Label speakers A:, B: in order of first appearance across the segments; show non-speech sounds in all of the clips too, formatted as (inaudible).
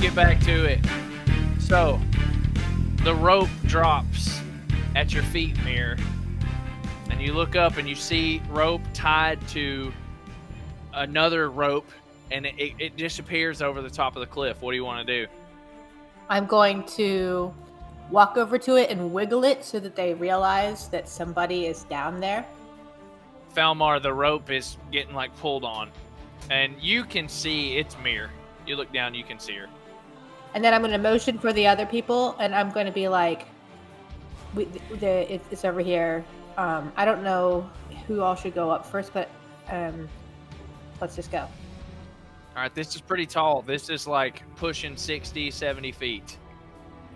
A: get back to it. So, the rope drops at your feet, Mirror, and you look up and you see rope tied to another rope, and it, it, it disappears over the top of the cliff. What do you want to do?
B: I'm going to walk over to it and wiggle it so that they realize that somebody is down there.
A: Falmar, the rope is getting like pulled on, and you can see it's Mirror. You look down, you can see her.
B: And then I'm going to motion for the other people and I'm going to be like, we, the, it, it's over here. Um, I don't know who all should go up first, but um, let's just go.
A: All right, this is pretty tall. This is like pushing 60, 70 feet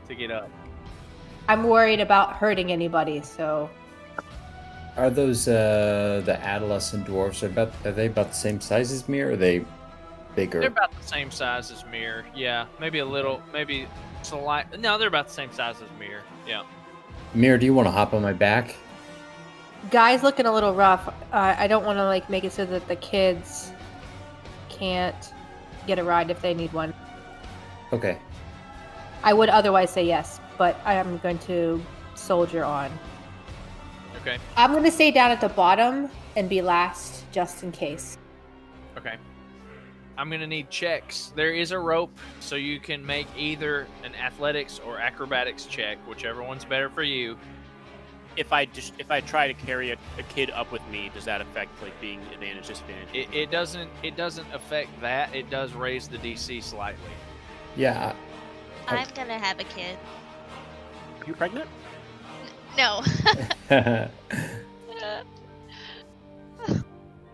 A: to get up.
B: I'm worried about hurting anybody, so
C: Are those uh, the adolescent dwarfs? Are, about, are they about the same size as me, or are they bigger?
A: They're about the same size as Mirror. Yeah, maybe a little, maybe slight. No, they're about the same size as Mirror. Yeah.
C: Mirror, do you want to hop on my back?
B: guy's looking a little rough. Uh, I don't want to like make it so that the kids can't get a ride if they need one.
C: Okay.
B: I would otherwise say yes, but I am going to soldier on.
A: Okay.
B: I'm going to stay down at the bottom and be last just in case.
A: Okay. I'm gonna need checks. There is a rope, so you can make either an athletics or acrobatics check, whichever one's better for you.
D: If I just if I try to carry a, a kid up with me, does that affect like being advantage disadvantage?
A: It, it doesn't it doesn't affect that. It does raise the DC slightly.
C: Yeah.
E: I'm gonna have a kid.
D: you pregnant?
A: (laughs)
E: No.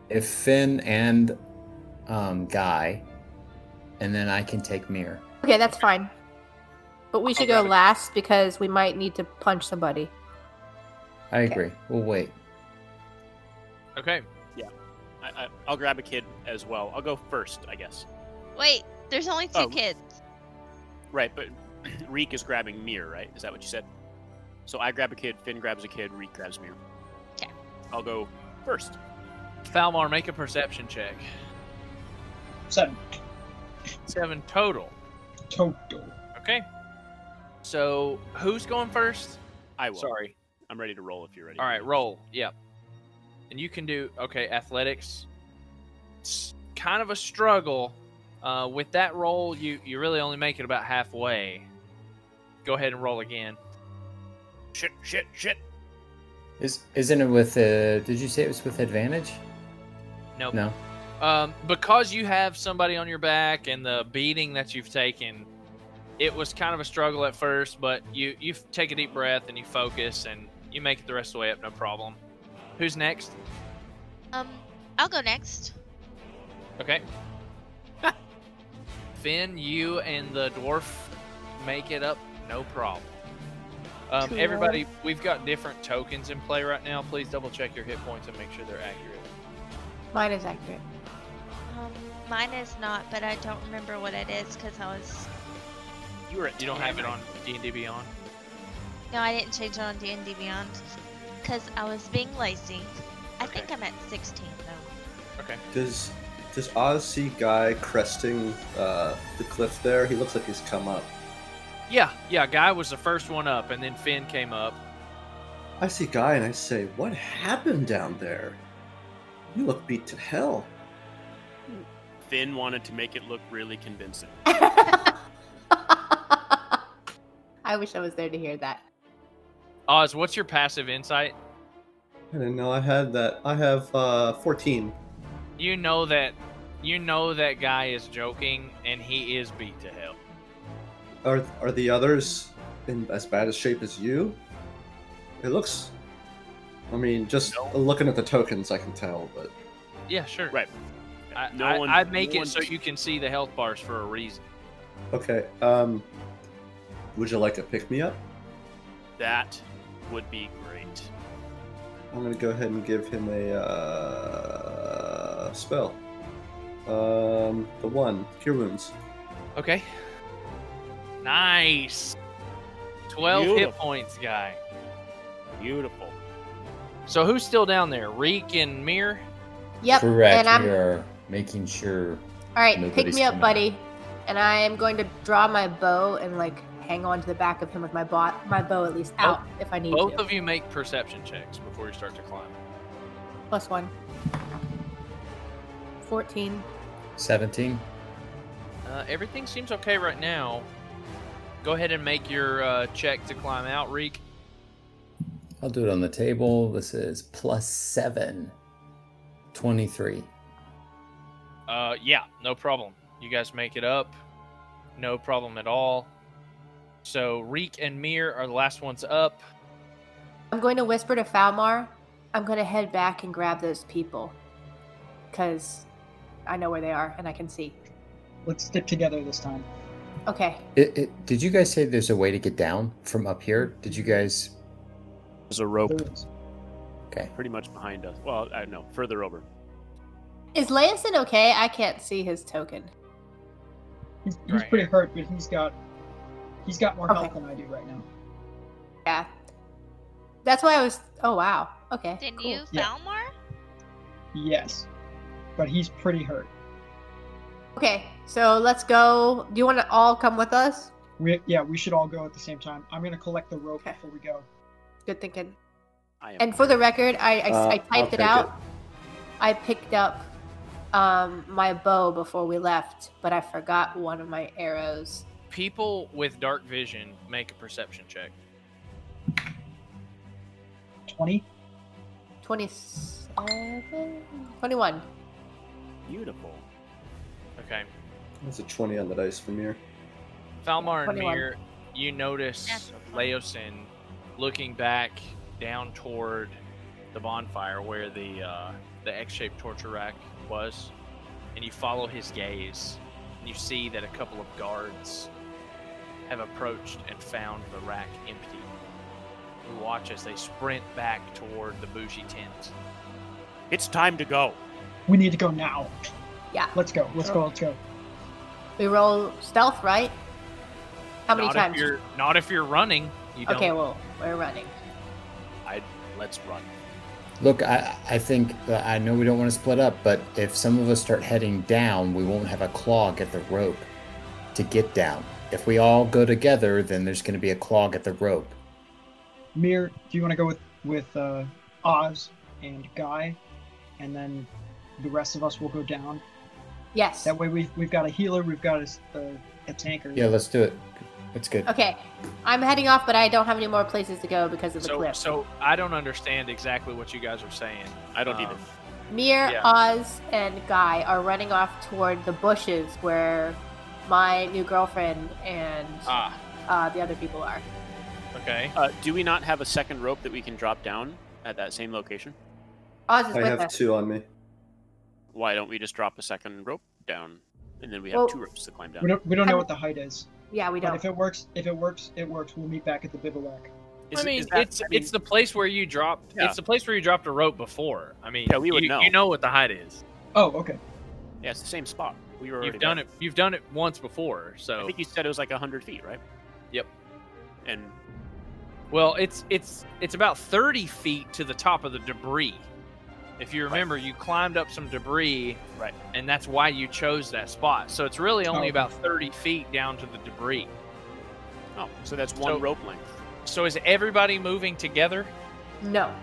C: if Finn and um, Guy, and then I can take Mirror.
B: Okay, that's fine. But we should go last because we might need to punch somebody.
C: I agree. We'll wait.
A: Okay.
D: I, I, I'll grab a kid as well. I'll go first, I guess.
E: Wait, there's only two
D: Oh.
E: kids.
D: Right,
A: (clears throat)
D: but Reek is grabbing Mir, right? Is that what you said? So I grab a kid, Finn grabs a kid, Reek grabs Mir.
E: 'Kay.
D: I'll go first.
A: Falmar, make a perception check.
F: Seven
A: Seven total.
F: total.
A: Okay. So who's going first?
D: I will.
A: Sorry.
D: I'm ready to roll if you're ready.
A: All right, roll. Yep. And you can do okay. Athletics. It's kind of a struggle. Uh, with that roll, you you really only make it about halfway. Go ahead and roll again.
D: Shit, shit, shit.
C: Is isn't it with? Uh, did you say it was with advantage?
A: Nope.
C: No.
A: Um, because you have somebody on your back and the beating that you've taken, it was kind of a struggle at first, but you you f- take a deep breath and you focus and you make it the rest of the way up, no problem. Who's next?
E: Um, I'll go next.
A: Okay. (laughs) Finn, you and the dwarf make it up, no problem. Um,
B: Cool.
A: everybody, we've got different tokens in play right now. Please double check your hit points and make sure they're accurate.
B: Mine is (laughs) accurate.
E: Um, mine is not, but I don't remember what it is because I was.
D: You were at
A: You don't
D: 10,
A: have it
D: right?
A: on D and D Beyond.
E: No, I didn't change it on D and D Beyond because I was being lazy. I
A: Okay.
E: think I'm at 16 though.
G: Does does Oz see Guy cresting uh, the cliff there? He looks like he's come up.
A: Yeah, yeah. Guy was the first one up, and then Finn came up.
G: I see Guy and I say, What happened down there? You look beat to hell.
D: Finn wanted to make it look really convincing.
B: I wish I was there to hear that.
A: Oz, what's your passive insight?
G: I didn't know I had that. I have uh, 14.
A: You know that you know that guy is joking and he is beat to hell.
G: Are, are the others in as bad a shape as you? It looks. I mean, just looking at the tokens, I can tell, but.
A: Yeah, sure.
D: Right.
A: I,
D: No
A: I,
D: one-
A: I make
D: no
A: it so
D: one-
A: you can see the health bars for a reason.
G: Okay. Um, would you like to pick me up?
D: That would be great.
G: I'm gonna go ahead and give him a uh, spell. Um, the one cure wounds.
A: Okay. Nice. 12 hit
D: Beautiful.
A: points, guy.
D: Beautiful.
A: So who's still down there? Reek and Mir?
B: Yep.
C: Correct.
B: And I'm
C: We are making sure.
B: all right. pick
C: Nobody's
B: me up,
C: coming
B: buddy. and I am going to draw my bow and like hang on to the back of him with my bo- my bow at least out if I need
A: Both
B: to.
A: of you make perception checks before you start to climb.
B: Plus one. 14.
C: 17.
A: Uh, everything seems okay right now. Go ahead and make your uh, check to climb out, Reek.
C: I'll do it on the table. This is plus seven. 23.
A: Uh, yeah, no problem. You guys make it up. No problem at all. So Reek and Mir are the last ones up.
B: I'm going to whisper to Falmar. I'm going to head back and grab those people because I know where they are and I can see.
F: Let's stick together this time.
B: Okay.
C: It, it, did you guys say there's a way to get down from up here? Did you guys?
D: There's a rope
F: There is.
C: Okay.
D: pretty much behind us. Well, I know, further over.
B: Is Lanson okay? I can't see his token.
F: He's, he's
A: Right.
F: pretty hurt, but he's got he's got more health
B: Okay.
F: than I do right now.
B: Yeah. That's why I was. Oh, wow. Okay.
E: Did
B: cool.
E: you,
F: Yeah.
E: Falmar?
F: Yes, but he's pretty hurt.
B: Okay. So let's go. Do you want to all come with us?
F: We yeah, we should all go at the same time. I'm gonna collect the rope
B: Okay.
F: before we go.
B: Good thinking.
D: I am.
B: And for the record, I, I,
G: Uh,
B: I
G: I'll
B: typed
G: take
B: it out. I picked up um, my bow before we left, but I forgot one of my arrows.
A: People with dark vision make a perception check.
F: Twenty.
B: 27? 21.
D: beautiful.
A: Okay.
G: That's a 20 on the dice from here.
A: Falmar and
B: 21.
A: Mir, you notice
E: That's okay.
A: Leosin looking back down toward the bonfire where the uh, the X-shaped torture rack was, and you follow his gaze, and you see that a couple of guards have approached and found the rack empty. You watch as they sprint back toward the bougie tent.
D: It's time to go.
F: We need to go now.
B: Yeah.
F: Let's go. Let's go. Let's go.
B: We roll stealth, right? How many
A: not
B: times?
A: If you're, not if you're running. You don't.
B: okay, well, we're running.
D: Let's run.
C: Look, I, I think that I know we don't want to split up, but if some of us start heading down, we won't have a clog at the rope to get down. If we all go together, then there's going to be a clog at the rope.
F: Mir, do you want to go with with uh, Oz and Guy, and then the rest of us will go down.
B: Yes.
F: That way we've we've got a healer, we've got a, s- a, a tanker.
C: Yeah, let's do it. That's good.
B: Okay. I'm heading off, but I don't have any more places to go because of the
A: So,
B: cliff.
A: so I don't understand exactly what you guys are saying.
D: I don't need
A: Um,
D: it.
B: Mir,
A: Yeah.
B: Oz, and Guy are running off toward the bushes where my new girlfriend and
A: Ah,
B: uh, the other people are.
A: okay.
D: Uh, do we not have a second rope that we can drop down at that same location?
B: Oz is
G: I
B: with
G: have
B: us.
G: two on me.
D: Why don't we just drop a second rope down, and then we have
B: Well-
D: two ropes to climb down?
F: We don't we don't know
B: I'm-
F: what the height is,
B: Yeah, we
F: but
B: don't.
F: if it works, if it works, it works. We'll meet back at the bivouac.
D: Is-
A: I mean,
D: is that-
A: it's
D: I mean,
A: it's the place where you dropped.
D: Yeah.
A: It's the place where you dropped a rope before. I mean,
D: Yeah, we would
A: you,
D: know.
A: You know what the height is.
F: Oh, okay.
D: yeah, it's the same spot. We were already
A: You've done
D: there.
A: it. You've done it once before.
D: I
A: So,
D: think you said it was like hundred feet, right?
A: Yep.
D: And
A: well, it's it's it's about thirty feet to the top of the debris. If you remember, you climbed up some debris,
D: Right.
A: And that's why you chose that spot. So it's really only
F: Oh.
A: about thirty feet down to the debris.
D: oh, so that's one
A: So-
D: rope length.
A: So is everybody moving together?
B: No.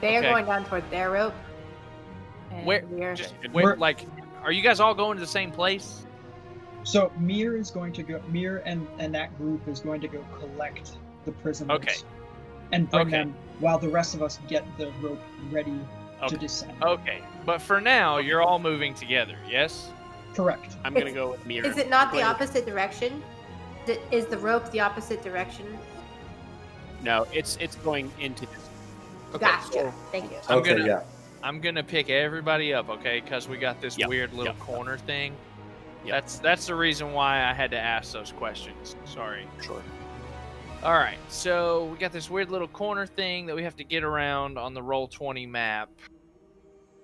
B: They
A: Okay.
B: are going down toward their rope. And
A: Where-
B: we're-
A: Just
D: And
A: where,
F: we're-
A: like, are you guys all going to the same place?
F: So Mir is going to go. Mir and and that group is going to go collect the prisoners.
A: Okay.
F: And bring
A: Okay.
F: them while the rest of us get the rope ready
D: Okay.
F: to descend.
A: Okay, Oh. but for now, you're all moving together. Yes.
F: Correct.
D: I'm gonna go with Mir.
B: Is it not the
D: Wait,
B: opposite direction? Th- Is the rope the opposite direction?
D: No, it's it's going into this.
B: gotcha.
D: so-
B: Thank you.
A: I'm
G: okay,
A: gonna-
G: yeah.
A: I'm gonna pick everybody up, okay? Because we got this
D: Yep,
A: weird little
D: yep.
A: corner thing.
D: Yep.
A: That's that's the reason why I had to ask those questions. Sorry.
D: Sure.
A: All right, so we got this weird little corner thing that we have to get around on the roll twenty map.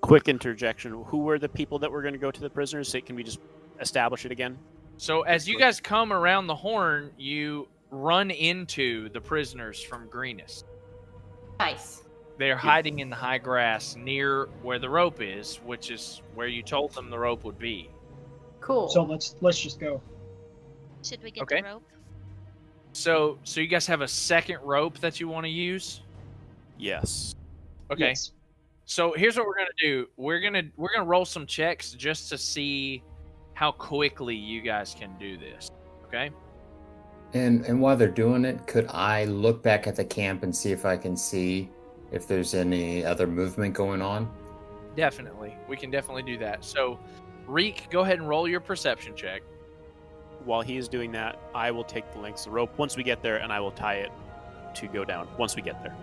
D: Quick interjection. Who were the people that were gonna go to the prisoners? Can we just establish it again?
A: So as you guys come around the horn, you run into the prisoners from Greenest.
B: Nice.
A: They're hiding in the high grass near where the rope is, which is where you told them the rope would be.
B: Cool.
F: So let's let's just go.
E: Should we get
A: Okay.
E: the rope?
A: So, so you guys have a second rope that you want to use?
D: Yes.
A: Okay.
F: Yes.
A: So here's what we're gonna do. We're gonna we're gonna roll some checks just to see how quickly you guys can do this. Okay.
C: And and while they're doing it, could I look back at the camp and see if I can see if there's any other movement going on?
A: Definitely, we can definitely do that. So, Reek, go ahead and roll your perception check.
D: While he is doing that, I will take the lengths of the rope once we get there, and I will tie it to go down once we get there.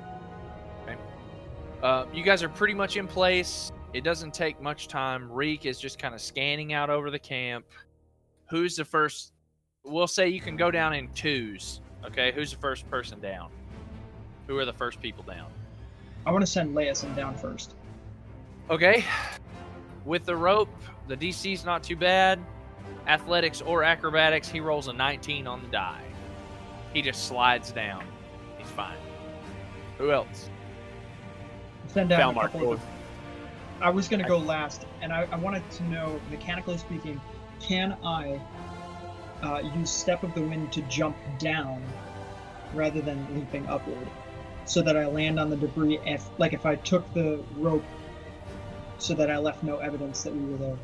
A: Uh, you guys are pretty much in place. It doesn't take much time. Reek is just kind of scanning out over the camp. Who's the first? We'll say you can go down in twos. Okay, who's the first person down? Who are the first people down?
F: I want to send Leia down first.
A: Okay. With the rope, the DC's not too bad. Athletics or acrobatics, he rolls a 19 on the die. He just slides down. He's fine. Who else?
F: Send down a
D: Falmar,
F: couple of- I was gonna go last, and I, I wanted to know, mechanically speaking, can I uh, use Step of the Wind to jump down rather than leaping upward, so that I land on the debris? If like if I took the rope, so that I left no evidence that we were there.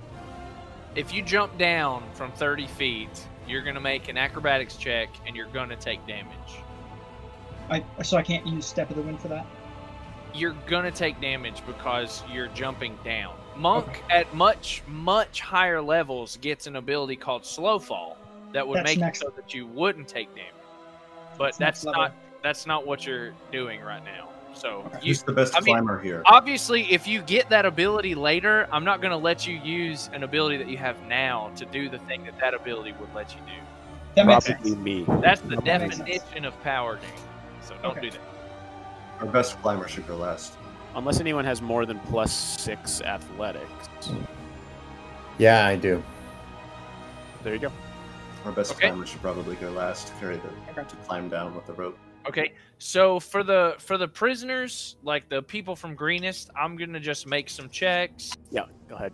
A: If you jump down from 30 feet, you're going to make an acrobatics check and you're going to take damage.
F: I so I can't use Step of the Wind for that.
A: You're going to take damage because you're jumping down. Monk at much, much higher levels gets an ability called Slow Fall that would
F: That's
A: make
F: next-
A: it so that you wouldn't take damage. But
F: It's
A: that's
F: next level.
A: not that's not what you're doing right now. So you,
G: He's the best
A: I mean-
G: climber here.
A: obviously, if you get that ability later, I'm not going to let you use an ability that you have now to do the thing that that ability would let you do.
F: That makes
D: Probably
F: sense.
D: me.
A: That's the
F: That makes sense.
A: definition of power game. So don't
F: Okay.
A: do that.
G: Our best climber should go last.
D: Unless anyone has more than plus six athletics.
C: Yeah, I do.
D: There you go.
G: Our best
A: Okay.
G: climber should probably go last to carry the
F: Okay.
G: to climb down with the rope.
A: Okay, so for the for the prisoners, like the people from Greenest, I'm gonna just make some checks.
D: Yeah, go ahead.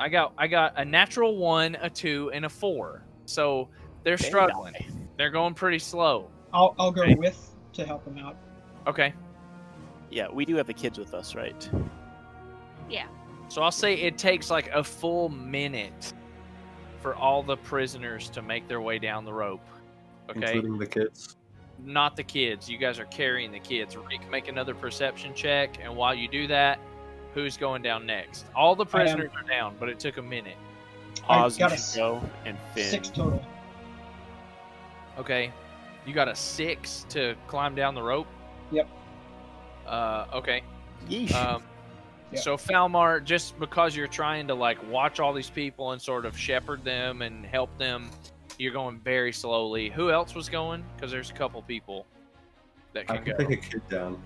A: I got I got a natural one, a two, and a four. So they're
D: They
A: struggling.
D: die.
A: They're going pretty slow.
F: I'll I'll go
A: Okay.
F: with to help him out.
A: Okay.
D: Yeah, we do have the kids with us, right?
A: So I'll say it takes like a full minute for all the prisoners to make their way down the rope. Okay.
G: Including the kids.
A: Not the kids. You guys are carrying the kids. Reek, make another perception check. And while you do that, who's going down next? All the
F: I am.
A: prisoners are down, but it took a minute.
F: I
D: Oz, you
F: got a
D: should go, and Finn.
F: Six total.
A: Okay. You got a six to climb down the rope?
F: Yep.
A: Uh,
F: (coughs)
A: okay.
D: Yeesh.
A: Um,
F: Yeah.
A: So Falmar, just because you're trying to like watch all these people and sort of shepherd them and help them, you're going very slowly. Who else was going? Because there's a couple people that
G: I
A: can go.
G: can take a kid down.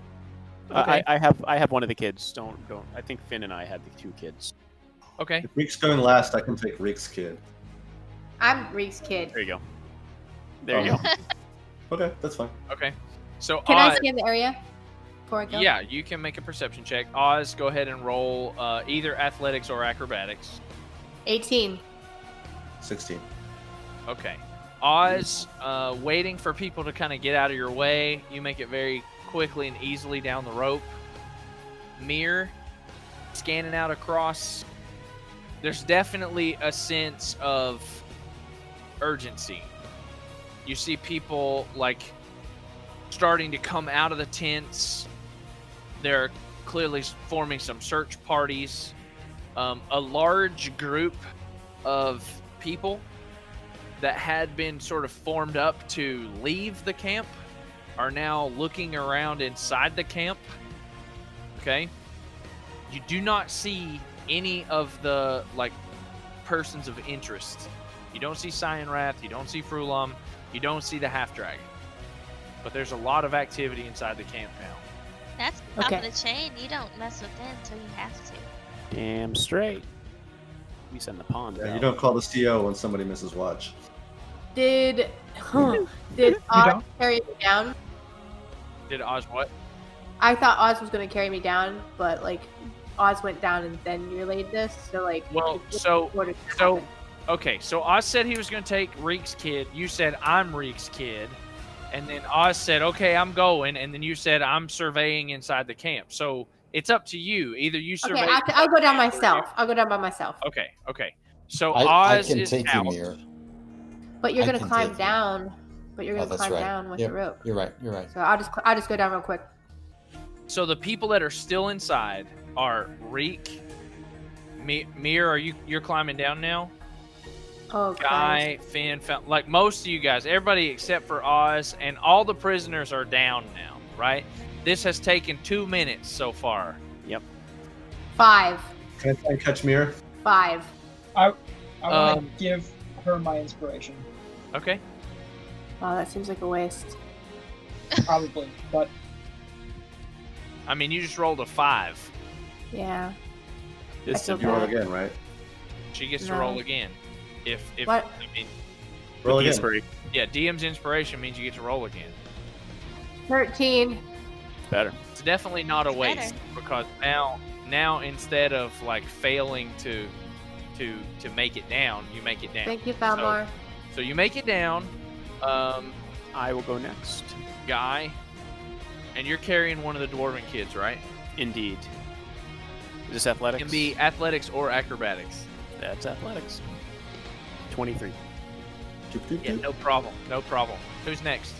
D: I, I have I have one of the kids. Don't don't. I think Finn and I had the two kids.
A: Okay.
G: If Reek's going last, I can take Reek's kid.
B: I'm Reek's kid.
D: There you go. There you
G: Um,
D: go.
G: Okay, that's fine.
A: Okay. So
B: Can I
A: Oz,
B: scan the area before I go?
A: yeah, you can make a perception check. Oz, go ahead and roll uh, either athletics or acrobatics.
B: 18.
G: 16.
A: Okay. Oz, uh, waiting for people to kind of get out of your way. You make it very quickly and easily down the rope. Mir, scanning out across. There's definitely a sense of urgency. You see people like starting to come out of the tents. They're clearly forming some search parties. Um, a large group of people that had been sort of formed up to leave the camp are now looking around inside the camp. Okay. You do not see any of the like persons of interest. You don't see Cyan Wrath, you don't see Frulam, you don't see the half dragon. But there's a lot of activity inside the camp now.
E: That's top
B: Okay.
E: of the chain. You don't mess with them until you have to.
D: Damn straight. We send the pond.
G: Yeah,
D: out.
G: you don't call the CO when somebody misses watch.
B: Did did Oz carry me down?
A: Did Oz what?
B: I thought Oz was gonna carry me down, but like Oz went down and then you relayed this, so like
A: Well,
B: it-
A: so
B: what is-
A: so Okay, so Oz said he was going to take Reek's kid. You said I'm Reek's kid, and then Oz said, "Okay, I'm going," and then you said, "I'm surveying inside the camp." So it's up to you. Either you survey.
B: Okay, I, I'll go down myself. I'll go down by myself.
A: Okay, okay. So
C: I, I
A: Oz
C: can
A: is
C: take
A: out.
C: you, Mir.
B: But you're
C: I
B: gonna
C: can
B: climb
C: take it.
B: down. But you're
C: Oh,
B: gonna
C: that's
B: climb
C: right.
B: down with
C: Yep.
B: the rope.
C: You're right. You're right.
B: So I'll just I'll just go down real quick.
A: So the people that are still inside are Reek, Mi- Mir. Are you you're climbing down now?
B: Oh, guys.
A: Guy, Finn, Fel- like most of you guys, everybody except for Oz, and all the prisoners are down now. Right? This has taken two minutes so far.
B: Five,
G: Can I try and catch Mir?
B: five.
F: I want
A: Um,
F: to give her my inspiration,
A: Okay.
B: Wow, that seems like a waste.
F: probably, but
A: I mean, you just rolled a five.
B: Yeah.
D: This
B: feel
D: is
G: You roll
B: bad.
G: again, right?
A: She gets to
B: No.
A: roll again. If if
B: What?
A: I mean,
G: Roll again.
D: inspiration.
A: yeah, DM's inspiration means you get to roll again.
B: Thirteen.
D: Better.
A: It's definitely not a
E: It's
A: waste because now now instead of like failing to to to make it down, you make it down.
B: Thank you, Falmar.
A: So you make it down, um,
D: I will go next.
A: guy, and you're carrying one of the dwarven kids, right?
D: Indeed. Is this athletics?
A: Can be athletics or acrobatics.
D: That's athletics. 23.
G: Doop, doop,
A: Yeah,
G: doop.
A: no problem, no problem. Who's next?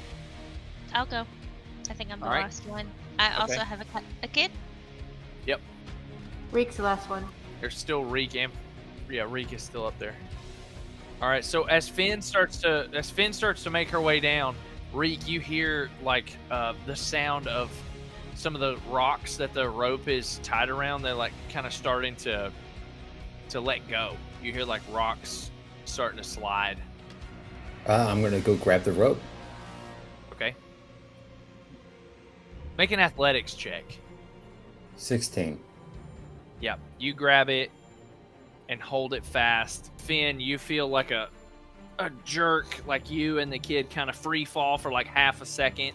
E: I'll go. I think I'm the
A: All right.
E: last one. I also
A: Okay.
E: have a, cu- a kid.
B: Reek's the last one.
A: There's still Reek and yeah, Reek is still up there. All right, so as Finn starts to as Finn starts to make her way down, Reek, you hear like uh, the sound of some of the rocks that the rope is tied around. They're like kind of starting to to let go. You hear like rocks starting to slide.
C: Uh, I'm gonna go grab the rope.
A: Okay, make an athletics check.
C: Sixteen.
A: Yep. You grab it and hold it fast. Finn, you feel like a a jerk, like you and the kid kind of free fall for like half a second,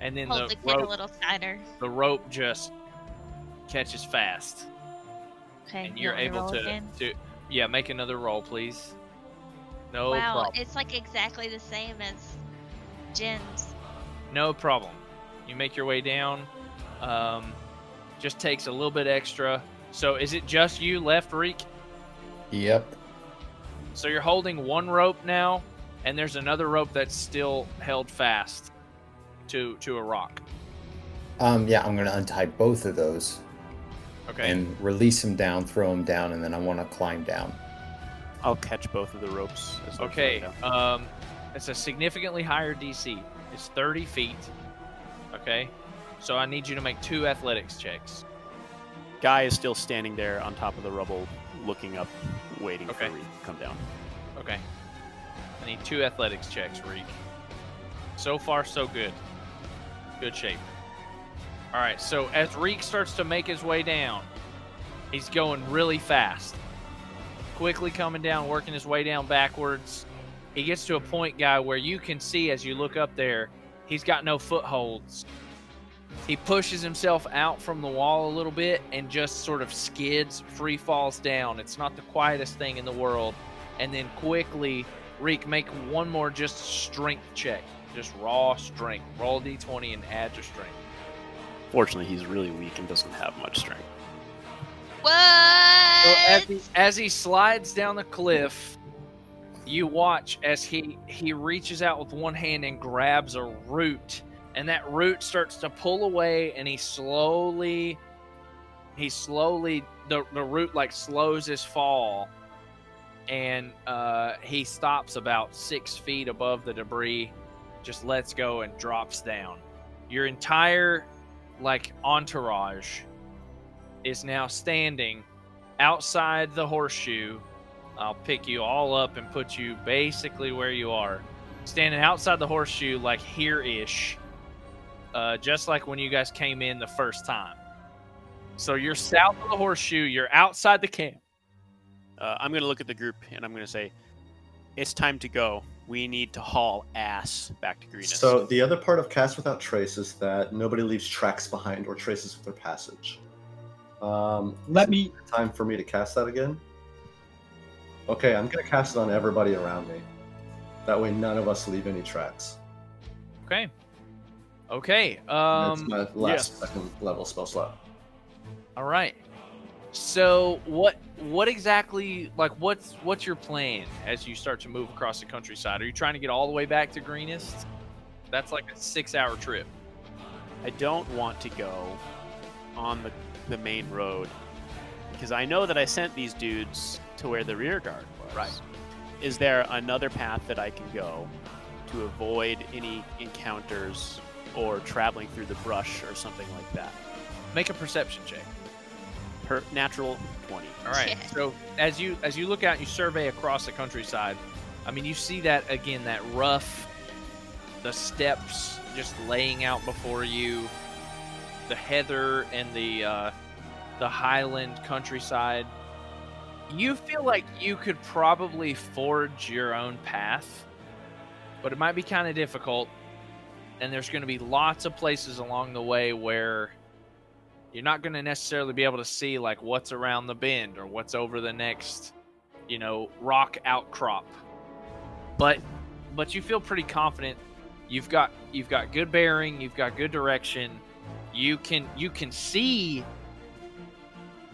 A: and then the
E: Hold the kid a
A: rope,
E: little tighter.
A: the rope just catches fast,
E: Okay.
A: and
E: you
A: you're
E: want me
A: able
E: roll
A: to,
E: again?
A: to yeah make another roll, please. No
E: wow,
A: problem.
E: it's like exactly the same as Jen's.
A: No problem. You make your way down. Um, just takes a little bit extra. So is it just you left, Reek?
C: Yep.
A: So you're holding one rope now, and there's another rope that's still held fast to to a rock.
C: Um, yeah, I'm gonna untie both of those
A: Okay.
C: and release them down, throw them down, and then I want to climb down.
D: I'll catch both of the ropes. as I'm
A: okay.
D: going down.
A: Um, it's a significantly higher DC. It's 30 feet. Okay. So I need you to make two athletics checks.
D: Guy is still standing there on top of the rubble, looking up, waiting
A: Okay.
D: for Reed to come down.
A: Okay. I need two athletics checks, Reek. So far, so good. Good shape. All right. So as Reek starts to make his way down, he's going really fast. Quickly coming down, working his way down backwards. He gets to a point, guy, where you can see as you look up there, he's got no footholds. He pushes himself out from the wall a little bit and just sort of skids, free falls down. It's not the quietest thing in the world and then quickly Reek make one more just strength check. Just raw strength. Roll d d20 and add your strength.
D: Fortunately, he's really weak and doesn't have much strength.
E: What?
A: So as, he, as he slides down the cliff, you watch as he he reaches out with one hand and grabs a root, and that root starts to pull away, and he slowly he slowly the the root like slows his fall, and uh, he stops about six feet above the debris, just lets go and drops down. Your entire like entourage is now standing outside the horseshoe. I'll pick you all up and put you basically where you are, standing outside the horseshoe, like here ish, uh, just like when you guys came in the first time. So you're south of the horseshoe, you're outside the camp.
D: Uh, I'm going to look at the group and I'm going to say, it's time to go. We need to haul ass back to Greenest.
G: So the other part of Cast Without Trace is that nobody leaves tracks behind or traces of their passage. Um,
F: let me
G: time for me to cast that again. Okay, I'm gonna cast it on everybody around me. That way, none of us leave any tracks.
A: Okay. Okay.
G: That's
A: Um.
G: my
D: yes.
G: last second level spell slot.
A: All right. So what what exactly like what's what's your plan as you start to move across the countryside? Are you trying to get all the way back to Greenest? That's like a six hour trip.
D: I don't want to go on the, the main road because I know that I sent these dudes to where the rear guard was.
A: Right.
D: Is there another path that I can go to avoid any encounters or traveling through the brush or something like that?
A: Make a perception check.
D: Per natural 20.
A: All right.
E: Yeah.
A: So as you as you look out and you survey across the countryside, I mean you see that again that rough the steps just laying out before you the heather and the uh, the highland countryside. You feel like you could probably forge your own path, but it might be kind of difficult and there's going to be lots of places along the way where you're not going to necessarily be able to see like what's around the bend or what's over the next you know rock outcrop but but you feel pretty confident you've got you've got good bearing you've got good direction you can you can see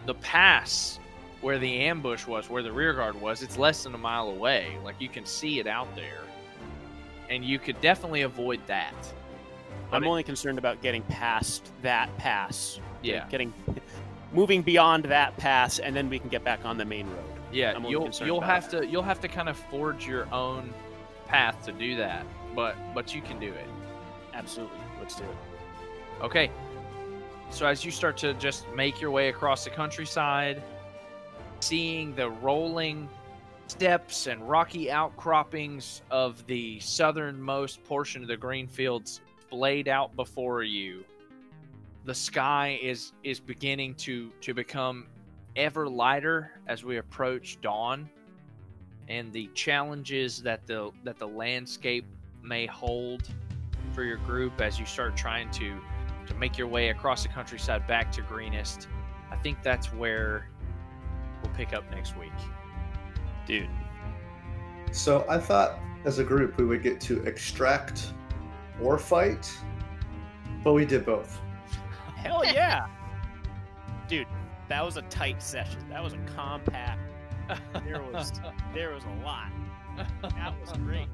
A: the pass where the ambush was where the rear guard was it's less than a mile away like you can see it out there and you could definitely avoid that
D: I'm
A: But it-
D: only concerned about getting past that pass.
A: yeah
D: Getting (laughs) moving beyond that pass and then we can get back on the main road.
A: Yeah,
D: I'm only
A: you'll
D: concerned
A: you'll
D: about
A: have to you'll have to kind of forge your own path to do that, but but you can do it.
D: Absolutely. Let's do it.
A: Okay. So as you start to just make your way across the countryside, seeing the rolling steps and rocky outcroppings of the southernmost portion of the green fields splayed out before you, the sky is is beginning to to become ever lighter as we approach dawn and the challenges that the that the landscape may hold for your group as you start trying to to make your way across the countryside back to Greenest. I think that's where we'll pick up next week.
D: Dude.
G: So I thought, as a group, we would get to extract or fight, but we did both.
D: Hell yeah. Dude, that was a tight session. That was a compact. There was there was a lot. That was great.